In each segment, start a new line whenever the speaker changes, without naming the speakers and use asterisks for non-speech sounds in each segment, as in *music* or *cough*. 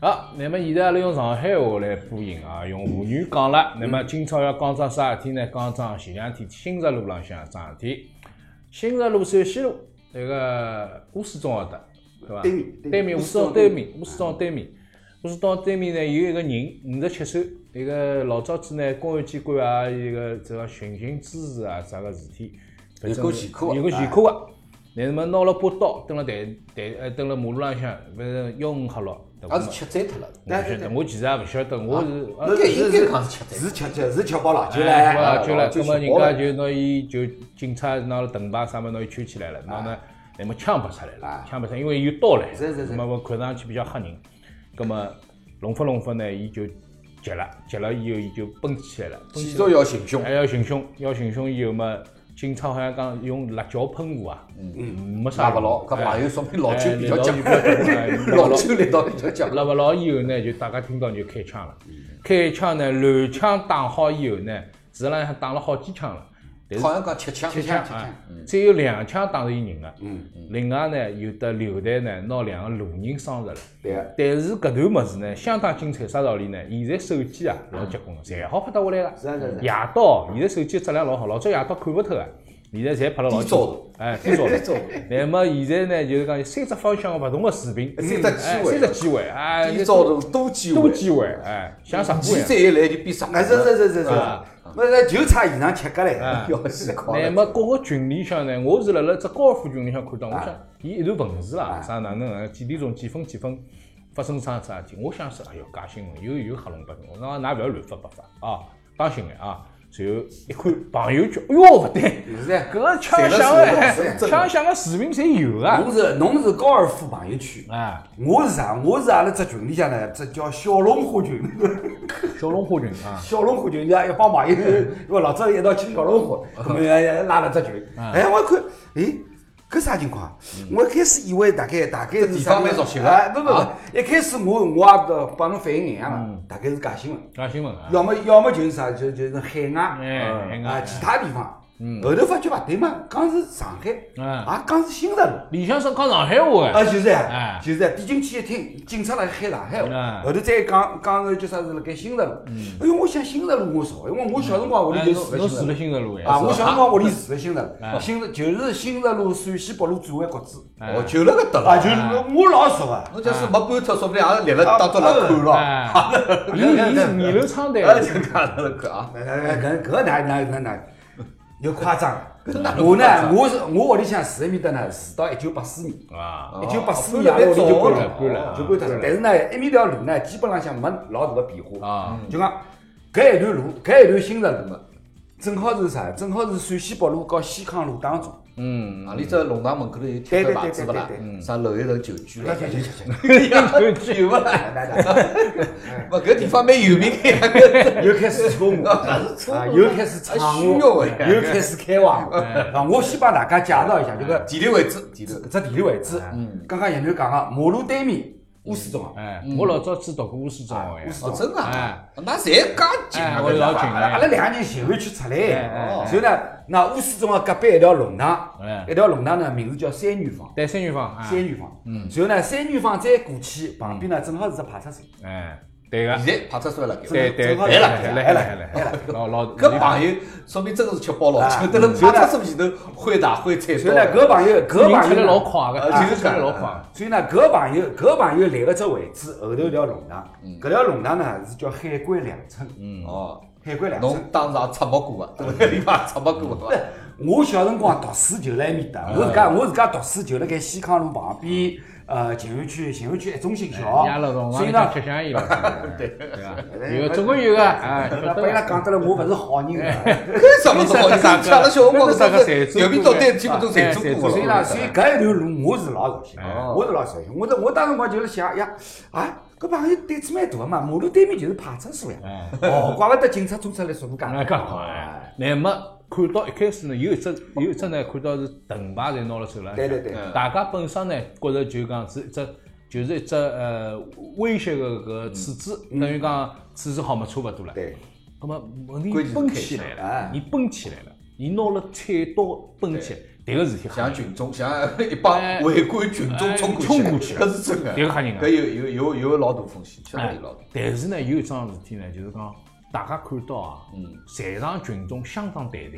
好，那么现在阿拉用上海话来播音啊，用沪语讲了。那么今朝要讲桩啥事体呢？讲桩前两天新石路浪向桩事体。新石路陕西路那个乌市中学的，对伐？
对面
对
对
面
面
乌市中对面，乌市中对面，乌市中对面呢有一个人五十七岁，一个老早子呢公安机关啊，一个这个寻衅滋事啊啥个事体，
有过前科啊
有个前科个。那么拿了把刀蹲辣台台呃蹲辣马路浪向，反正吆五喝六，对伐
啊也？是吃醉脱了。
我不晓得，我其实也勿晓得，我是啊
应该应该讲是吃
是
醉。
吃吃是吃饱了，就
哎
来
啊就来，
就
葛
吃
么人
饱
家
了。
就拿伊就警察拿了盾牌啥么拿伊圈起来了，拿呢，那么枪拔出来了
啊，
枪拔出来，因为有刀嘞，
是是是
葛么我看上去比较吓人，葛么弄法弄法呢，伊就急了，急了以后伊就蹦起来了，蹦
继
起
续要行凶
来，还要寻凶，要寻凶以后嘛，警察好像讲用辣椒喷雾啊，嗯，没啥
那勿
用，
老，搿朋友说明老酒
哎
比较
老
结
酒比较结哎
棍，老酒力道比较结棍。
辣勿牢以后呢，就大家听到就开枪了。开枪呢，乱枪打好以后呢，市浪向打了好几枪了，但是
好像讲吃枪，
吃枪吃
啊
枪，
只有两枪打着伊人个。
嗯，
另外呢，有的榴弹呢，拿两个路人伤着了。
对个，
但是搿段物事呢，相当精彩，啥道理呢？现在手机啊，老结棍个，侪好拍得下来个。
是啊是啊是啊
夜到，现在手机质量老好，老早夜到看勿透个，现在侪拍了老清
低照
楚
度。
哎，低照度
照度
那么现在呢，就是讲有三只方向勿同个视频，
三只机
哎
会
三只机会，哎，
低照度多机
多
会，
机会，哎，像啥
你
一样。
再一来就变啥？
哎
啊是是是是是
啊，
那那就差现场吃个嘞，
啊
*laughs* 要死靠
那
了。
么各个群里向呢，我是辣辣只高尔夫群里向看到，
哎
我想伊一段文字啊，啥哪能啊，几点钟几分几分发生啥啥事体，我想是哎哟假新闻，又又黑龙白我讲㑚勿要乱发白发啊，当心眼啊。随后一看朋友圈，哎哟勿对，
是啊
搿个枪响
侪
个 *laughs*
是
枪响个视频侪有啊，
侬是侬是高尔夫朋友圈，
啊，
我是啥？我是阿拉只群里向呢，这叫小龙虾群。
小龙虾群啊，
小龙虾群，人家一帮朋友，因为老早一道吃小龙
嗯
虾，咁么拉了只群。哎，我一看，哎，搿啥情况？
嗯
我一开始以为大概大概是
地
啥
方蛮
地
熟
方
悉的
哎，不不
啊
不，一开始我我也不帮侬反应眼嘛，
嗯
大概是假新闻，
假新闻啊，
要么要么就是啥，就就是海
哎
外
海外
啊
哎
其他地方。后头发觉勿对嘛，讲是上海，
嗯
也讲是新石路。
里向是讲上海话 *laughs*
啊，
哎，
就是
哎
啊，就是啊，点进去一听，警察辣海上海
哎嗯
话，后头再讲讲个叫啥是辣盖新石路。哎哟，我想新石路我熟，因为我小辰光屋里就
侬
住辣
哎侬住了
新石路。
新石路哎，
啊，
是吧哎
我小辰光屋里住辣新石路，新石就是新石路陕西北路转弯角子。
哦，就辣搿搭
啊，
了。
就是我老熟啊。
侬假使没搬脱，说不定也是立了当作辣看了。
啊
*laughs*
哎，伊伊是二楼窗台
哎，就讲辣看啊，
哎哎搿搿哪哪哪哪，有夸张
*laughs*
了。
哪能
我呢
夸，张
我是我屋里向住埃面搭呢，住到一九八四年。
啊。
*laughs* 一九八四
哦
年
搬
我
了
就
搬
搬
了
了，
搬了
啊就搬脱了。但是呢，埃面条路呢，基本浪向没老大的变化
啊。
就讲搿一段路，搿一段新石路嘛，正好是啥？正好是陕西北路和西康路当中。
嗯，
啊，里只弄堂门口头有贴个牌子勿啦？嗯啥楼一楼酒居了？
行行行，
有勿啦？勿，搿地方蛮有名个，
又开始错误，啊，又开始
啊
唱
虚
我，
荣哎
又开始开挖我。啊，我先帮大家介绍一下，就搿
地理位置，地理。
只地理位置。刚刚研究讲个马路对面乌市中学，啊
哎，我老早子读过乌市中学呀，
哦，真的啊，那侪介近
哎，
啊，
我老近
*laughs* 阿拉
哎，
两个人前后去出来，
哎
然后呢，那乌市中学隔壁一条弄堂
哎，
一条弄堂呢名字叫三元坊，
对，三元坊，哎
三元坊，然后呢，三元坊再过去旁边呢正好是只派出所，
哎，对个，
现在派出所辣盖。
对对，
正好
对
来
对
了
来了来了，老老，
搿朋友说明真的是吃饱了，
哎
就得了
嗯
派出所前头挥大挥菜刀。
然后呢，搿朋友搿
人
朋
出
友
来老
呢，
快个，
啊
人出来老快，
所以呢，搿朋友搿朋友来个只位置后头一条弄堂，
嗯
搿条弄堂呢是叫海关两村，
哦，
海关两村。
侬当场出没过伐？搿 *laughs* 地方出没过啊伐？
我小辰光读书就辣埃面
啊
搭，我自家我自家读书就辣盖西康路旁边，
嗯
呃，秦安区秦安区一中新小
伊拉老早
学，
往
啊所
里
以呢
向，吃香烟了，对对伐？有总归有个，
*laughs*
哎，晓
被伊拉
得。
讲得了，我勿是好人
哎
啊。
搿什么是好？你讲了小辰光是有名到单基本都侪做过
所以呢，
了。啊
所以搿一条路我是老熟悉
哎，
我是老熟悉。我这我当辰光就是想呀，啊，搿朋友胆子蛮大个嘛，马路对面就是派出所呀
哎。
哦，怪勿得警察抓出来速度介
哎
那
大。
介快，那么看到一开始呢，有一只有一只呢，看到是盾牌侪拿了手了，
对对对
嗯大家本身呢觉着就讲是一只就是一只呃威胁个搿处置，等于讲处置好嘛，差勿多了。
对，
那么问题
关键是
蹦
开
起来
枪
了
哎，
伊蹦起来了，伊拿了菜刀蹦起来，迭个事体吓
像
人，
群众，像一帮围观群众冲过
哎冲过去
去，搿是真个，
迭个吓人啊
搿有有有有老大风险，确实
哎
有老大。，
但是呢，有一桩事体呢，就是讲大家看到啊，嗯，在场群众相当淡定，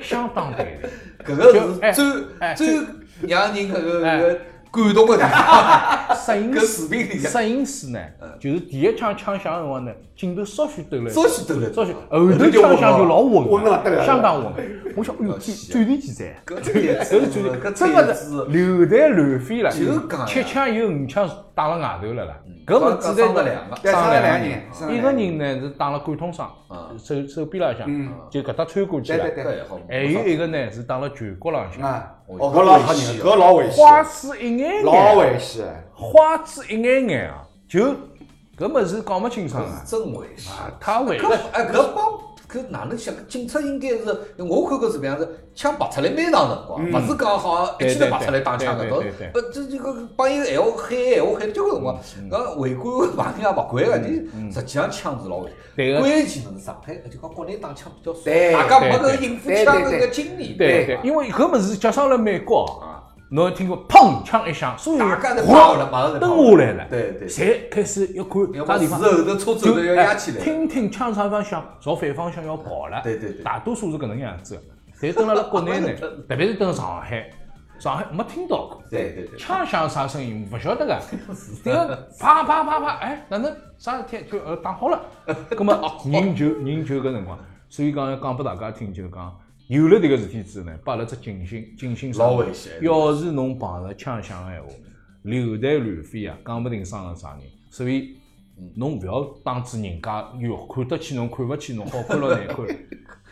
相当淡定。
搿个
就哎
是
哎
最最让人搿个
哎
搿个感动个地 *laughs* 方。
摄影
搿
师，
视频里向
摄影师呢，就是第一枪枪响的辰光呢，镜头稍许抖了一下，
稍许抖了一下
稍
啊
许，后头枪响就老稳
稳了对
了，
吧
相当稳。我想，哎呦，
要
这
死啊
转电记者，
搿才
搿是
是
转
搿
电，
才
真
是
的是流弹乱飞了，
就是讲呀
七枪有五枪打了外头了啦，�根本只在
伤了两个
对
伤
伤
了
了
两
两
个人
个人，伤了
一个
两个
人呢是打了贯通伤
啊，
手手臂浪向
嗯，
就搿搭穿过去
对
了
对。对
搿也好。
还有一个呢是打了颧骨浪向，
啊，
哦
哦，搿老吓人，搿老危
花
险，
痴一眼眼，
老危险。
花痴一眼眼啊，就搿么事讲勿清爽啊，
真危险。
太危险
搿哎搿帮搿哪能想？警察应该是，我看搿是搿样子，枪拔出来蛮长辰光，勿是讲好像一记头拔出来打枪
对对
搿倒
对对对
不这这个帮伊闲话喊闲话喊交关辰光，搿违规碰也勿管个，你实际上枪是老危
对个
险。关键呢是上海，就讲国内打枪比较少，
对
大家没
对
搿
对
应付
对
枪
对
搿
对
个经
对
验。
对
对，因为搿物事脚伤了美国啊，侬听过砰枪一响，所有人
大家侪跑了马上
哗
侪
蹲下来了，
对对
侪开始要
要
看啥
么
地
是
方。
后头车
就
走的要压起
哎
来。
听听枪啥方向，朝反方向要跑了。
对对对
大多数是搿能样子的。但等辣辣国内呢，
*laughs*
特别是等上海，上海没听到过。
对对啊对，
枪响啥声音勿晓得
*laughs*
个，这个啪啪啪啪，哎，哪能啥事体就呃打
*laughs*
好了，葛么人就人就搿辰光，所以讲要讲拨大家听，就是讲有了迭个事体之后呢，把阿拉只警醒警醒上
老危险
要是侬碰着枪响个闲话，流弹乱飞啊，讲不定伤了啥人。所以
嗯
侬勿要当初人家哟看得起侬，看勿起侬，好看了难看。
*laughs*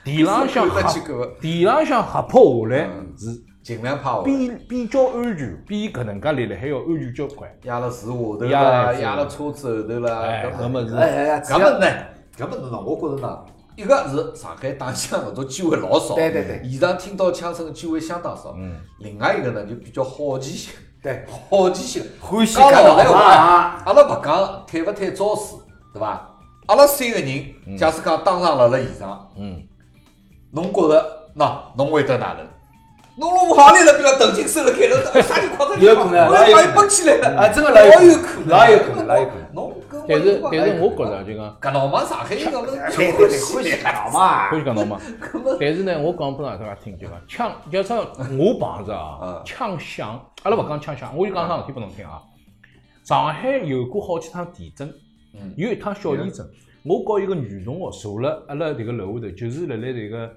地浪向
看得起
吓
嗯搿个，
地浪向吓破下来是
尽量怕我。
比比较安全，比搿能介立了还要安全交关。
压了树下头
压了
啦，
树
压了车子后头啦，
哎，搿
么
么
哎
是
哎哎，只
嗯搿
要
么呢？搿么呢？我觉着呢，一个是上海打枪搿种机会老少，
对对对
现场听到枪声的机会相当少。嗯，另外一个呢，就比较好奇心，
对，
好奇心，
欢喜
讲
看
老
到
闲话
啊，
阿拉勿讲退勿退招数，对伐？
嗯
阿拉三个人，假使讲当场辣辣现场，
嗯，
侬觉着喏，侬会得哪能？侬弄勿好来了，比如藤井手辣开了，哎啥人夸着你，
有可能
我
老有可
要把
能
伊蹦起来了，
啊真的老有
老
可能
有可能，
老有可能老有可能
侬跟
但是但是我
觉
觉着就讲，
搿老忙上海人搿么
对对对，欢 *laughs* 喜看到嘛
可，以讲到嘛。但是呢，我讲拨大家听就讲，枪，要说我碰着啊，枪响，阿拉勿讲枪响，我就讲桩事体拨侬听啊。上海有过好几趟地震，
嗯
有一趟小地震，我告一个女同学坐辣阿拉迭个楼下头，就是辣辣迭个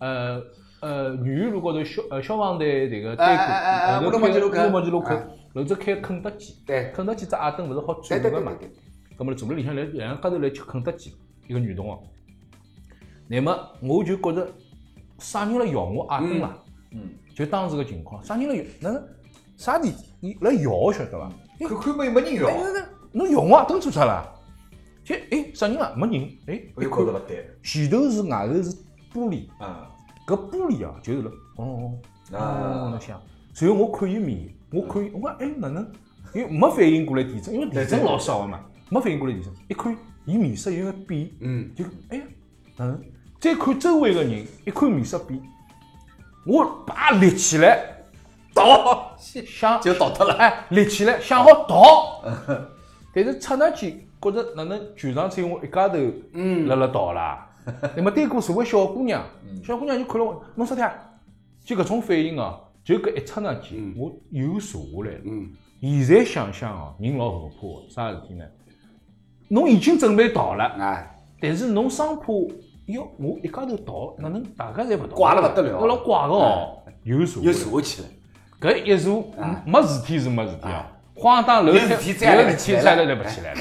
呃呃女园路高头消呃消防队迭个
哎哎哎哎
单
乌
口，
鲁木齐路口
乌鲁木齐路口
哎，
楼子开肯德基，
对
肯德基只阿灯勿是好
对
转
对
个
对
嘛
对，对，
葛末坐辣里向来两个家头来吃肯德基，一个女同学。乃末我就觉着啥人来咬我阿灯啦？
嗯，
就当时个情况，啥人来咬？哪能啥地你来咬晓得伐？哎
看看没没人哦
哎，
*laughs*
要，
那那侬咬我阿灯做啥啦？就哎啥人啊？没人。哎，
我就觉着勿对，
前头是外头是玻璃，
嗯
啊
搿玻璃啊就是辣哦哦哦
啊
那响。随后我看伊面，我看伊，我讲哎哪能？因为没反应过来地震，因为地震老少个嘛，没反应过来地震。一看伊面色有眼变，
嗯，
就是哎呀，哪能？再看周围个人，一看面色变，我叭立起来，
倒
想
就倒脱了，
哎立起来，想好逃，但是刹那间觉着哪能全场只有我一家头辣辣逃啦。那么对过是个小姑娘，小姑娘就看了我，侬说的啊，就搿种反应啊，就搿一刹那间，我又坐下来了。
嗯
现在想想哦，人老后怕的，啥事体呢？侬已经准备逃了。
啊，
但是侬生怕要我一家头逃，哪能大家侪勿逃？
怪了不得了
搿老怪个
啊
哦，有坐
又坐下去了，
搿一坐，嗯没事体是没事体啊，晃荡楼梯，
啊有事体再也
有事
来哎不
体
起来
再
了
也来不起 *laughs* 来了。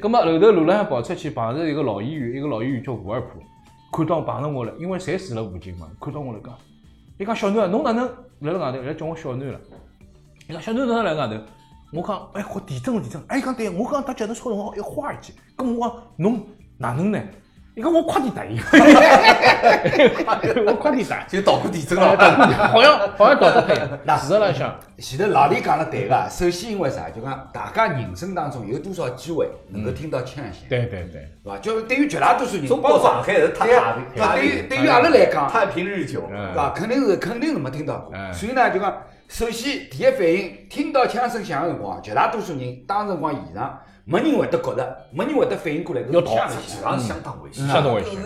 葛末后头路浪向跑出去，碰着一个老演员，一个老演员叫吴二浦，看到碰着我了，因为侪住辣附近嘛，看到我了讲，伊讲小囡啊，侬哪能辣辣外头？伊拉叫我小囡了。伊讲小囡哪能辣辣外头？我讲，哎，我地震了地震了。哎，伊讲对，我刚搭脚踏车辰光要花一记。咁我讲，侬哪能呢？伊讲我快点打
*laughs*
伊， *laughs* 我快点打，
就捣鼓地震了。
好像好像搞得开。事实浪向，
前头老李讲了对个，首先因为啥，就讲大家人生当中有多少机会能
嗯
够听到枪响，
对对对，
是伐？就是对于绝大多数人，
中
包
国
括
上海是太
对
太
啊对啊
太
对于对于阿拉来讲，
太平日久，
嗯
对伐？肯定是肯定是没听到过。
哎
所以呢，就讲首先第一反应，听到枪声响个辰光，绝大多数人当辰光现场，没人会得觉着，没人会得反应过来搿
要
是
逃
枪声
实际
响。
上相当危险，
哦嗯相当危险
就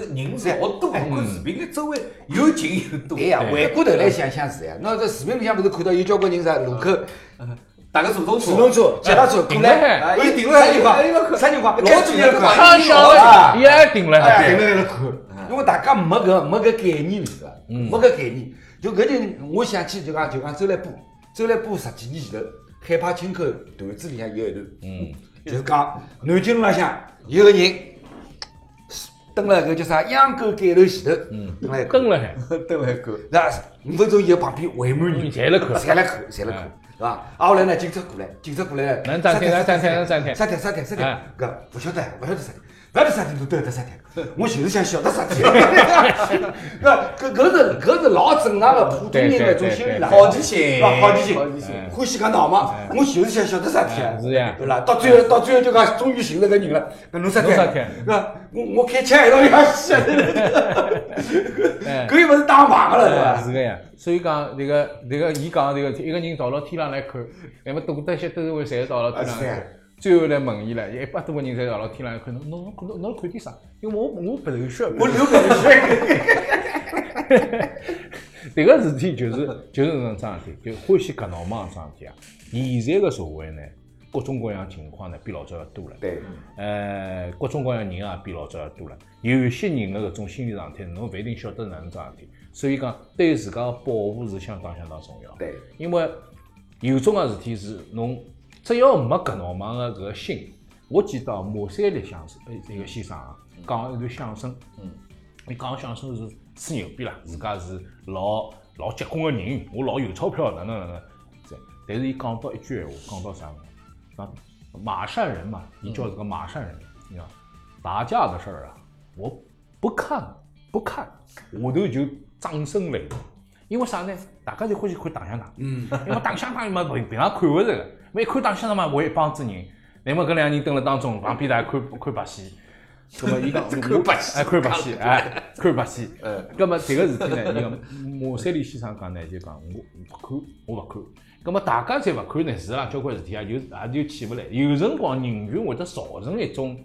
是人老多，我看视频里周围有近有多
对，呀，
对
回过头来想想是呀，那这视频里向不是看到有交关人啥路口
大家主动
自动车、脚踏车过来，
哎
哎，
顶
停
了
了啥情
哎
况？啥情况？
老
老
主
主
要
要
看
看，
他想了，伊也顶了。
哎，停了在那看，因为大家没搿没搿概念是伐？没搿概念，就搿就我想起就讲就讲周立波，周立波十几年前头，海派青口段子里向有一段，嗯，就是讲南京路浪向有个人。蹲辣搿叫啥秧歌盖头前头，嗯，蹲辣
跟了海，
都来狗，
那五分钟以后旁边围满人，
侪辣看嗯
侪来看，侪来看，是伐？啊，后来呢，警察过来，警察过来，
能暂停
杀掉
能暂停能暂停
杀掉杀掉杀掉杀掉
哎，
搿勿晓得，勿晓得杀掉，勿晓得杀掉都都有得杀
嗯
掉，我就是想晓得杀 *laughs* 掉，搿搿搿是搿是老正常的普通人的一种心理啦，
好奇心，
啊好奇心
好奇心，
欢喜讲闹嘛，我就是想晓得啥体啊
哎，嗯是呀
对啦，到最后到最后就讲，终于寻着个人了，搿侬啥体
侬嗯啥
啊？
体啊
是吧我我开枪一道要死啊，
哎
搿又勿是打牌个了，对伐？
是个呀。所以讲这个这个，伊讲这个一个人到了天上来看，那么多得些都是会侪到了天上来看。最后来问伊了，一百多个人侪到了天上来看，侬侬侬侬看点啥？因为我我不流血，
我流口水。
迭个事体就是 *laughs* 就是搿能桩事体，就欢喜搿闹忙搿桩事体啊。现在个社会呢，各种各样情况呢比老早要多了。
对，
呃，各种各样人也比老早要多了。有些人的搿种心理状态，侬勿一定晓得哪能桩事体，所以讲对自家的保护是相当相当重要。
对，
因为有种啊个事体是侬只要没搿闹忙个搿个心，我记得啊马三立相声呃一个先生啊，讲一段相声，嗯，伊讲相声是吹牛逼啦，自家是老老结棍个人，我老有钞票哪能哪能，这但是伊讲到一句闲话，讲到啥呢？啊，马善人嘛，你叫这个马善人，你知道，打架的事儿啊，我不看不看，下头就掌声雷动，因为啥呢？大家侪欢喜看打相打，嗯，因为打相打嘛平平常看勿着个，每看打相打嘛我一帮子人，那么搿两个人蹲辣当中，旁边大家看看白戏。葛么伊讲看白戏，哎，看白戏，哎，看白戏。呃，葛
啊
么迭个事体呢，伊讲马三立先生讲呢，就讲我勿看，我勿看。葛么大家侪勿看呢，是啦，交关事体啊，就也就起勿来。有辰光人群会得造成一种，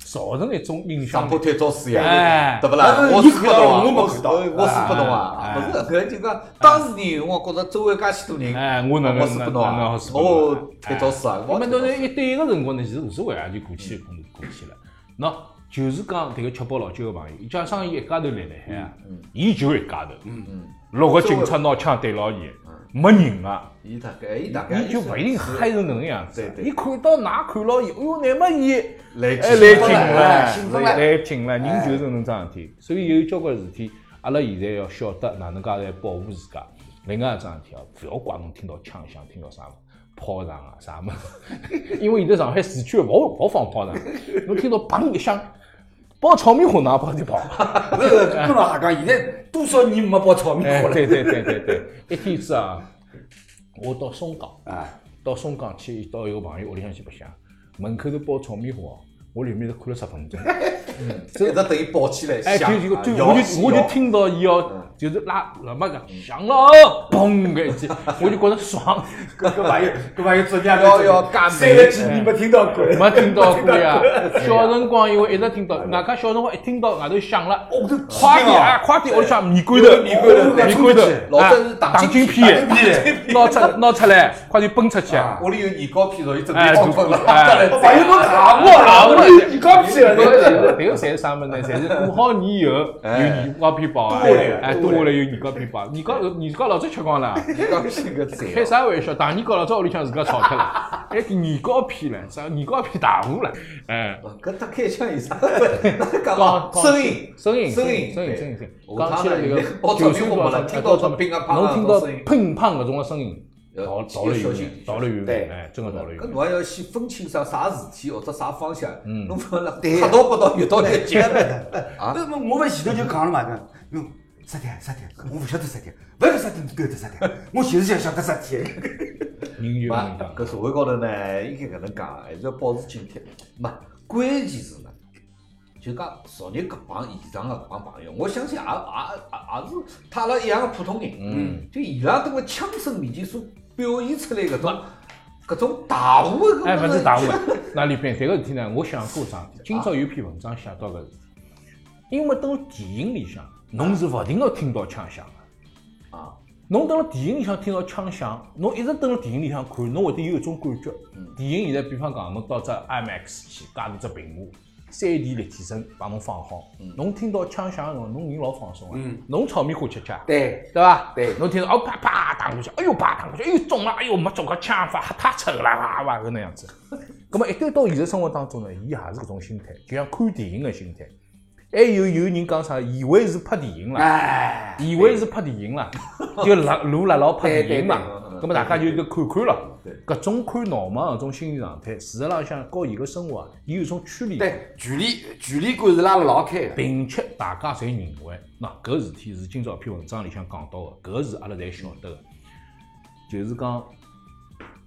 造成一种影响
上
力
坡。推造死
哎
对不啦？
那
我
你
是不
看到
懂啊，
我没
我
看
是
到
我是不懂
哎
啊，
哎
不是，搿就讲当事人，我觉着周围介许多人，
哎我哪能
我是不懂
哪
啊
能是，不懂啊
我推造死啊，
我
我
们到那一对一个辰光呢，其实无所谓啊，就过去就过去了。喏，就是讲迭个吃饱老酒个朋友，伊加上伊一家头立辣海啊，
嗯
伊就一家头，嗯嗯，六个警察拿枪对牢伊，
嗯
没人啊，
伊大概伊哎大概
伊就勿一定嗨成搿能样子啊。
对对
伊看到㑚看牢伊，哎哟，乃末伊
来
哎
劲
来劲
了
哎兴奋
了，
了
来劲了，人就是搿能桩事体。所以有交关事体，阿拉现在要晓得哪能介来保护自家。另外一桩事体啊，勿要怪侬听到枪响，听到啥物事炮仗啊啥物事， *laughs* 因为现在上海市区勿好勿好放炮仗，侬听到砰一响，包炒米糊哪跑就跑。
不是，跟老瞎讲，现在多少年没包炒米
哎
糊，了
对对对对对， *laughs* 一天子啊，我到松江。
啊！
到松江去，到一个朋友屋里向去白相，门口头包炒米花哦，我里面头看了十分 *laughs* 钟，
一直等伊抱起来，
哎，
响
就就
啊
就
摇
我就
起
我就
摇
听到伊哦，就是拉喇叭讲响了哦，砰搿一记， *laughs* 我就觉着爽，
搿搿朋友，搿朋友作业
要要加
三十几年没听到过，
没听到 *laughs* 过呀。小辰光因为一直听到，外加小辰光一听到外头响哦了，
我都
快点啊，快点！屋里向米罐头，
米罐头
米罐头，
老早是
啊
打
打
金
金
皮
片，拿出拿出来，快点奔出去！
啊
屋里有年糕片，属于准备
哎
放困了
就，
*laughs*
哎
当然
朋友都打我了，我都你讲起来
迭个
了，
侪是迭个侪是啥物事呢？侪是过好年以后有年糕片包啊，
多下来
哎，多下来有年糕片包，年糕年糕老早吃光了，
年糕片搿菜
开啥玩笑？大年糕老早屋里向自家炒脱了，还年糕片了，啥年糕片大户了，哎，
哦搿搭开枪有
*laughs*
啥？哪讲啊？
讲
声音，
声音
声音，
声音
对
声音声音，
我
讲起来
他
这
们
个
包
九
炒米
岁
糊
多
没了，
少
听到
哎能听到乒
乒乓乓啊搿声音，
乓搿种个声音，逃
要
逃了
小
远
心
眼，逃了远
对
眼，哎，真个逃了远
搿
眼。
侬还要先分清啥啥事体或者啥方向，
嗯
侬勿能
对
黑道北道越道越紧。啊
那么我勿前头就讲了嘛，讲侬啥点啥点，我勿晓得啥点，勿晓得啥点就搿得啥点，我就是想晓得啥点。
人就
嘛
能讲，
搿社会高头呢，应该搿能讲，啊还是要保持警惕。嘛，关键是呢，就讲昨日搿帮现场的搿帮朋友，我相信也也也也是他阿拉一样的普通人。
嗯，
就伊拉等个枪声面前所表现出来搿种搿种大户的搿
*laughs* 哎，
种
勿是
*laughs*
大雾了。那里边迭个事体呢，我想过桩事体。今朝有篇文章写到搿事体，因为等电影里向，侬是勿停个听到枪响的。
啊，
侬等了电影里向听到枪响，侬一直等了电影里向看，侬会得有一种感觉。电影现在比方讲，侬到只 IMAX 去加入只屏幕，三 D 立体声帮侬放好，侬听到枪响的辰光，侬人老放松个，侬炒米花吃吃。
对，
对吧？
对
侬听到哦啪啪打过去，哎呦啪打过去，哎呦中了，哎呦没中个枪法太丑了，哇哇搿能样子。葛末一旦到现实生活当中呢，伊也是搿种心态，就像看电影的心态。还有有人讲啥，以为是拍电影啦，
哎，
以为是拍电影啦，就辣路辣老拍电影嘛
对对。
葛末大家就搿看看咯
对。
搿种看闹忙搿种心理状态，事实浪向和伊个生活啊，伊有一种距离感。
对，距离距离感是拉了老开的，
并且大家侪认为，喏搿事体是今朝篇文章里向讲到的，搿是阿拉侪晓得的，就是讲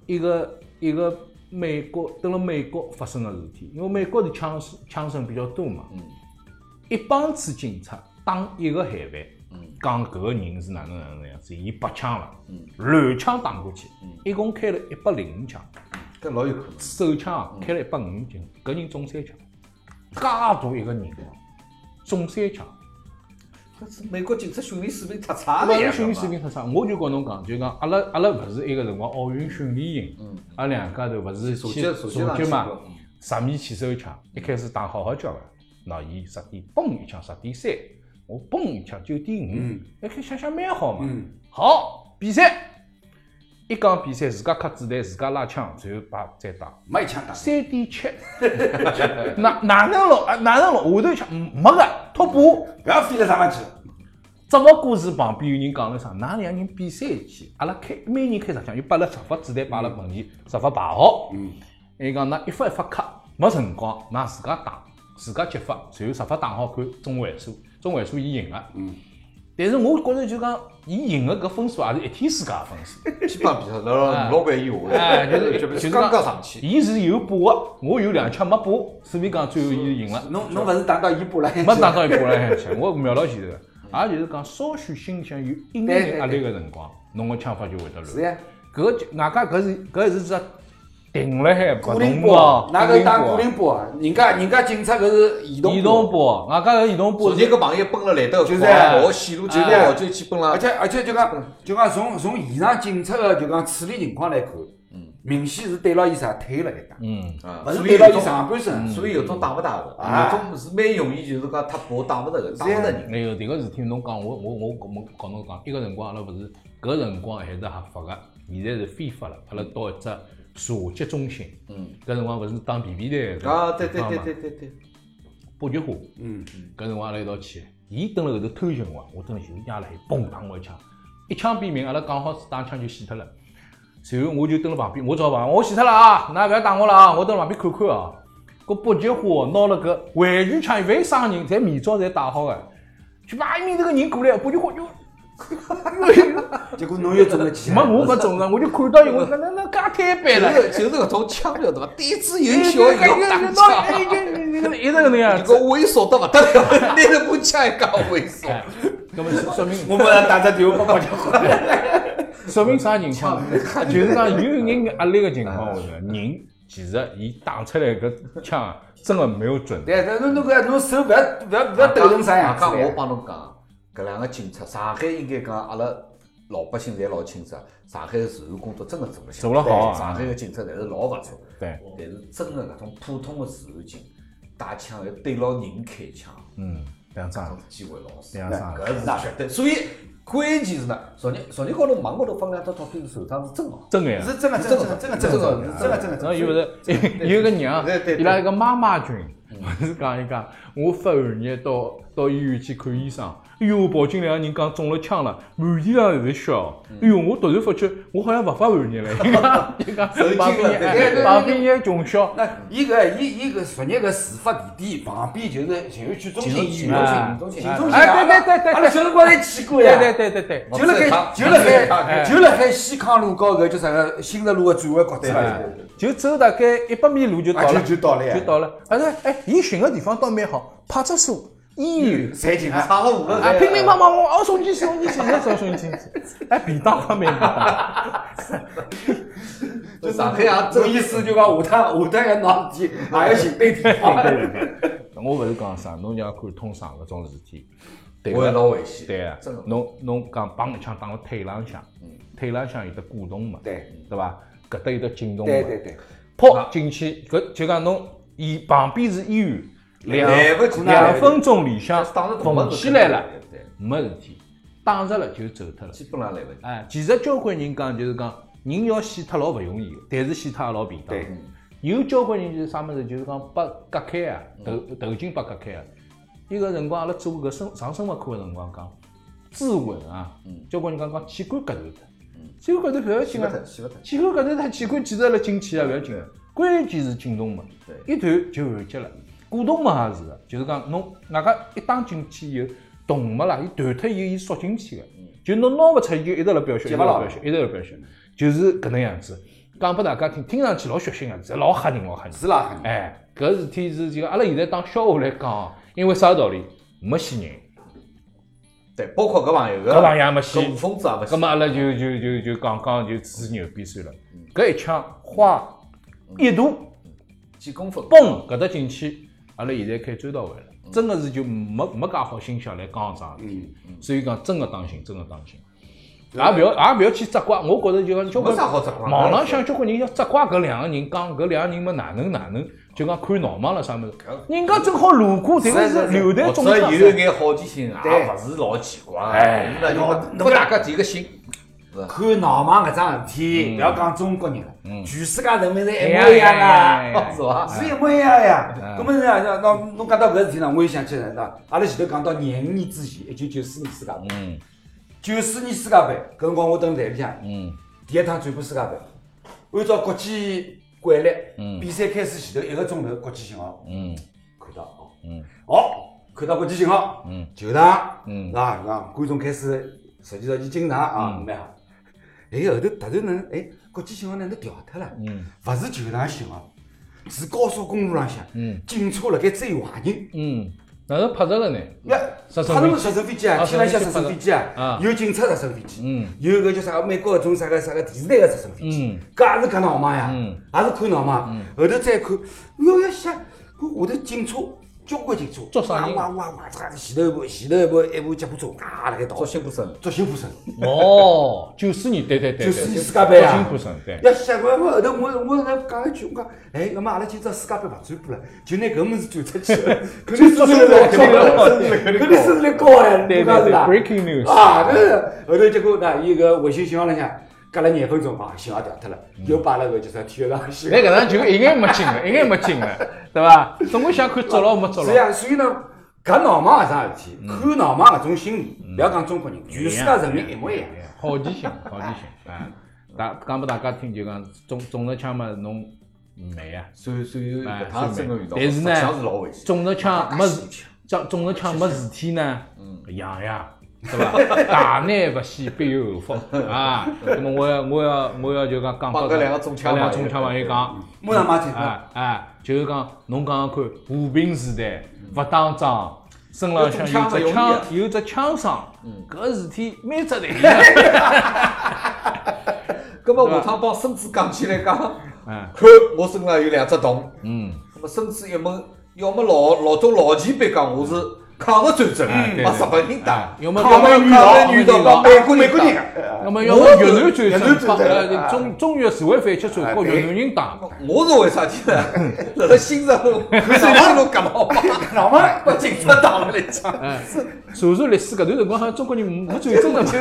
一个一个美国等了美国发生的事体，因为美国的枪声枪声比较多嘛，
嗯
一帮子警察打一个嫌犯。
嗯
讲搿个人是哪能哪能样子，伊拔枪了，乱枪打过去，一共开了一百零五枪，
嗯搿老有可能。嗯
手枪啊开了一百五十斤，搿人中三枪，介大一个人啊中三枪，
搿是美国警察训练水平太差了
勿
呀
是！训练水平太差，我就跟侬讲，就讲阿拉阿拉勿是一个辰光奥运训练
嗯
营，阿拉两家头勿是
射
去
击射击
射击
上
嘛
去过嗯，
十米起手枪，一开始打好好叫个，喏伊十点嘣一枪十点三，我嘣一枪九点
嗯
五，哎看想想蛮好嘛，好比赛。一讲比赛，自家磕子弹，自家拉枪，然后把再打。
没一枪打。
三点
*laughs*
七， *laughs* 哪哪能了？啊哪能了？下头想没个脱步。
不要飞了上面去，
只不过是旁边有人讲了啥，㑚两人比赛去，阿拉开每人开十枪，就把阿拉十发子弹摆辣门前，十发排好。嗯。伊讲㑚一发一发磕，没辰光，㑚自家打，自家接发，然后十发打好看，中位数，中位数伊赢了。嗯。但是我觉着就讲，伊赢的搿分数也是一天世界的分数。
基本比赛辣辣五老板以下
*laughs* 哎，啊就是
就
就是是
刚
讲
刚上去。
伊是有把握，我有两枪没把握，所以讲最后伊赢了。
侬侬勿是打到伊波了？
没打到一波来去，我瞄牢前头个，也就是讲稍许心里向有一眼眼压力个辰光，侬个枪法就会得
是
乱。
呀，
搿就外加搿是搿是只定了海
固
不
定
动
波
个，
哪个打固
固定
定波？人家人家警察搿是移
波移
动
动，波，外加搿移动波
昨
是
天搿朋友奔了来得，
就是
跑跑线路就
就是
跑就去奔了
而。且而且就讲就讲从从现场警察的就讲处理情况来看，明显是对牢伊啥推了一打，
嗯，
啊
勿是
所
对嗯
以
牢
有
伊
种，
上半身。
所以有种打勿打的，
啊
有种是蛮容易就是讲踢跑打勿着个，打勿着人。
哎呦，迭个事体侬讲，我我我我告侬讲，一个辰光阿拉勿是搿辰光还是合法个，现在是非法了。阿拉到一只射击中心，嗯，搿辰光勿是打 BB 弹
啊，对对对对对对，
八菊花，
嗯，
搿辰光阿拉一道去，伊蹲辣后头偷情我，我蹲辣前头压了海，嘣打我一枪，一枪毙命，阿拉讲好是打枪就死脱了。随后我就蹲辣旁边，我找旁边，我死脱了啊，㑚勿要打我了啊，我蹲辣旁边看看啊。搿北极花拿了个玩具枪，勿伤人，侪面罩侪戴好个，就把一面头个人过来，北极花哟。
结果侬又中了几
没
枪？
我没中了，我就看到伊，我讲那那介摊板
就
了，
是就是搿种枪晓得伐？胆子有小也要打
哎
枪，
就就就一直搿能样
这
子
个。猥琐得勿得了，拿着把枪还讲猥琐
哎。搿么说明
我们打只电话拨拨就好了。
说明啥情况？就是讲有一眼眼压力个情况下头，人其实伊打出来搿枪啊，真的没有准。
对，但是侬搿侬手勿要勿要勿要抖成啥样子
啊讲我
嘞。
帮侬讲，搿两个警察，上海应该讲阿拉老百姓侪老清楚，上海的治安工作真的做了相当
做了好啊
对上海的警察侪是老勿错。
对，
但是真的搿种普通的治安警，带枪要对牢人开枪，
嗯，两
搿
张
种，机会老少。
两张。
搿是绝对。所以关键是呢，昨日昨日高头网高头放两张照片，手上是真的。
真个呀，
是真的，真的，真的，真的，真的，真的，真的，
然后伊勿是有个娘
对对，对
伊拉一个妈妈群，勿是讲伊讲，我发寒热到到医院去看医生，哎哟，跑进两个人讲中了枪了，满地上侪是血哦。哎哟，我突然发觉我好像勿发寒热了。人家人家
受惊了
旁边
对
对对
哎旁边一个穷小，
那伊搿伊伊搿昨日搿事发地点旁边就是前湾区中心医院，
啊
中心
秦中心
哎对对对对
阿拉小辰光侪去过呀。
对对对对
我
就辣盖就辣盖就辣盖西康路高头叫啥个新德路个转弯角
对，哎
头。
就走大概一百米路就到
啊就
了，
就到了呀
就到了。而且哎，伊寻个地方倒蛮好，派出所、医院。
侪进来。
差了五个
啊，乒乒乓乓，我哦，送进去，送进去，那时候送进去，哎，便当还没便 *laughs* 当，
就上海也
这意思就讲下趟下趟要闹事体，也要寻对地方。
我勿是讲啥，侬像看通常搿种事体，对
我也
伐
老危险。
对啊
真的，。
侬侬讲砰一枪打到腿浪向，腿浪向有得鼓动嘛，
对
对伐？搿搭有得颈动嘛，
对对对，
跑进去，搿就讲侬伊旁边是医院，两
来不及
两分钟里向
打了动脉
缝起来了，
对，
没事体，打着了就走脱了。
基本上来不及。
哎，其实交关人讲就是讲，人要死脱老勿容易的，但是死脱也老便当。有交关人就是啥物事，就是讲被割开啊，头头颈被割开啊。伊个辰光阿拉做搿生上生物课个辰光讲，支吻啊，交关人讲讲器官割头脱，器官割头勿要紧啊，
洗不脱，
器官割头脱，器官其实辣进去啊，勿要紧啊。关键是颈动脉，一断就完结了。股动脉也是的，就是讲侬外加一打进去以后，动脉啦，伊断脱以后，伊缩进去个，
嗯
就侬拿勿出，伊就一直辣飙血，一直辣飙血，一直辣飙血，就是搿能样子。讲拨大家听，听上去老血腥个，啊是老吓人，老吓人。
是啦，
哎，搿事体是就讲阿拉现在当笑话来讲哦，因为啥道理？没死人，
对，包括搿朋友
呃
搿朋友也没死
搿五疯子也没
葛
死。
末阿拉就就就就讲讲就吹牛逼算了。搿一枪花一度
几公分？
嘣搿搭进去，阿拉现在开追悼会了，
嗯
真个是就没没介好心想来讲桩事体，
嗯
所以讲真个当心，真个当心。也勿要也勿要去责怪，我觉着就讲交关
没啥好责怪
网浪向交关人要责怪搿两个人，讲搿两个人么哪能哪能，就讲看闹忙了啥物事。人家正好路过，迭个是流
或
弹中
者
枪。
有一眼好奇心，也勿是老奇怪。
哎
那就拨大家提个醒。
看闹忙搿桩事体，
勿要讲中国人了，
全世界人民
哎
侪一
呀
模一样
哎呀哎
*laughs* 啊。
呀
是伐？
是一模一样呀。咁么呢？那那侬讲到搿事体呢，我又想起来了。
阿拉前头讲到廿五年之前，一九九四年世界杯，
嗯
九四年世界杯搿辰光我蹲台里向，
嗯
第一趟转播世界杯，按照国际惯例
嗯，
比赛开始前头一个钟头国际信号
嗯
看到哦，
嗯
哦，看到国际信号，
嗯，
球场，
嗯
是吧？啊，观众开始实际上去进场啊，蛮好。哎，后头突然呢，哎，国际信号哪能调脱了？
嗯
勿是球场信号，是高速公路浪向，
嗯
警车辣盖追坏人。
嗯，哪能拍着了呢？
呀，
直
他
升飞机啊
们直升飞机啊，天浪向
直
直
升
升
飞
飞
机
机
啊
啊，有警察直升飞
嗯
机，有个叫啥美国搿种啥个啥个电视台个直升飞
嗯
机，搿也是搿闹忙呀，
嗯
也是看闹忙。后头再看，哟要想，我下头警车交关警车，
抓啥人
哇哇哇，这前头一部前头一部一部吉普车，啊辣盖倒
做，辛苦生，
抓辛普森，
哦，九四年，对对对，
九四年世界杯啊
辛苦生，对，
要想我我后头我我来讲一句，我讲，哎，那么阿拉今朝世界杯勿转播了，就拿搿物事转出去
*laughs*
了，肯定收视率老高了，肯定收视率高哎，
对
你
对
讲是
对
吧？
，Breaking news，
啊，搿是后头结果呢，伊搿卫星信号浪向隔了廿分钟啊，信号掉脱了，又摆了个就是体育场信
那
号。
搿能就一眼没劲
*laughs*
了，一眼没劲了，对伐？总归想看捉牢没捉
啊
是
牢，
呀，所以呢，搿闹忙是啥事
嗯
体？看闹忙搿种心理，勿要讲中国人，全世界人民一模
啊
一样。
好奇心，好奇心啊！大讲拨大家听，就讲中中了枪嘛，侬美啊，
所以所以
哎
搿趟真个遇到，
但是呢
实际上是老危险。
中了枪没事，中中了枪没事体呢，
嗯
痒呀，对伐？ *laughs* 大难不死必有后福啊！那么我要我要我要就讲讲
帮搿两个中枪
搿两个
朋友
中枪朋友讲。
马上买菜啊！
啊啊，就是讲侬讲讲看，和平时代勿打仗，身浪向有只
有种枪勿容易啊
枪，有只枪伤，搿事体蛮值得。
葛末下趟帮孙子讲起来讲，
嗯
看我身上有两只洞，
嗯，
葛末孙子一问，要么老老早老前辈讲我是抗日战争，
嗯哎对哎
帮日本人打，
要么
抗
要
日
么
抗日
遇
女
到
的帮
美
美国人打。
那么要么越南战争，帮呃中中越社会反击战，和越南人打。
我是为啥体呢？
嗯
辣辣
*laughs*
新城路，新城路搿老妈， *laughs* 老妈
哎
把警察打了来抢。
哎，传说历史搿段辰光好像中国人没战争的嘛，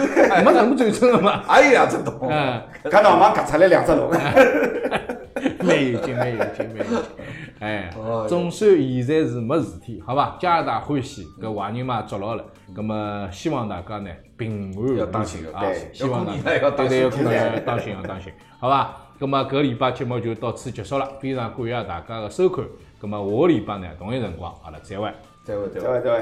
没哪能战争的嘛。
还有两只洞，
哎， *laughs*
搿闹忙夹出来两只龙，
蛮有劲，蛮有劲，蛮有劲。哎
*laughs* 哦，嗯
总算现在是没事体，好吧？皆大欢喜，搿坏人嘛捉牢了，葛末希望大家呢平安
要当
无
心
事
要
啊
当心！
希望大
要过年了要
家对
当
对
心
要过年了要当心要当心，好吧？葛末搿个礼拜节目就到此结束了，非常感谢大家的收看。葛末下个礼拜呢，同一辰光阿拉再会。
再会，再
对。
会
对。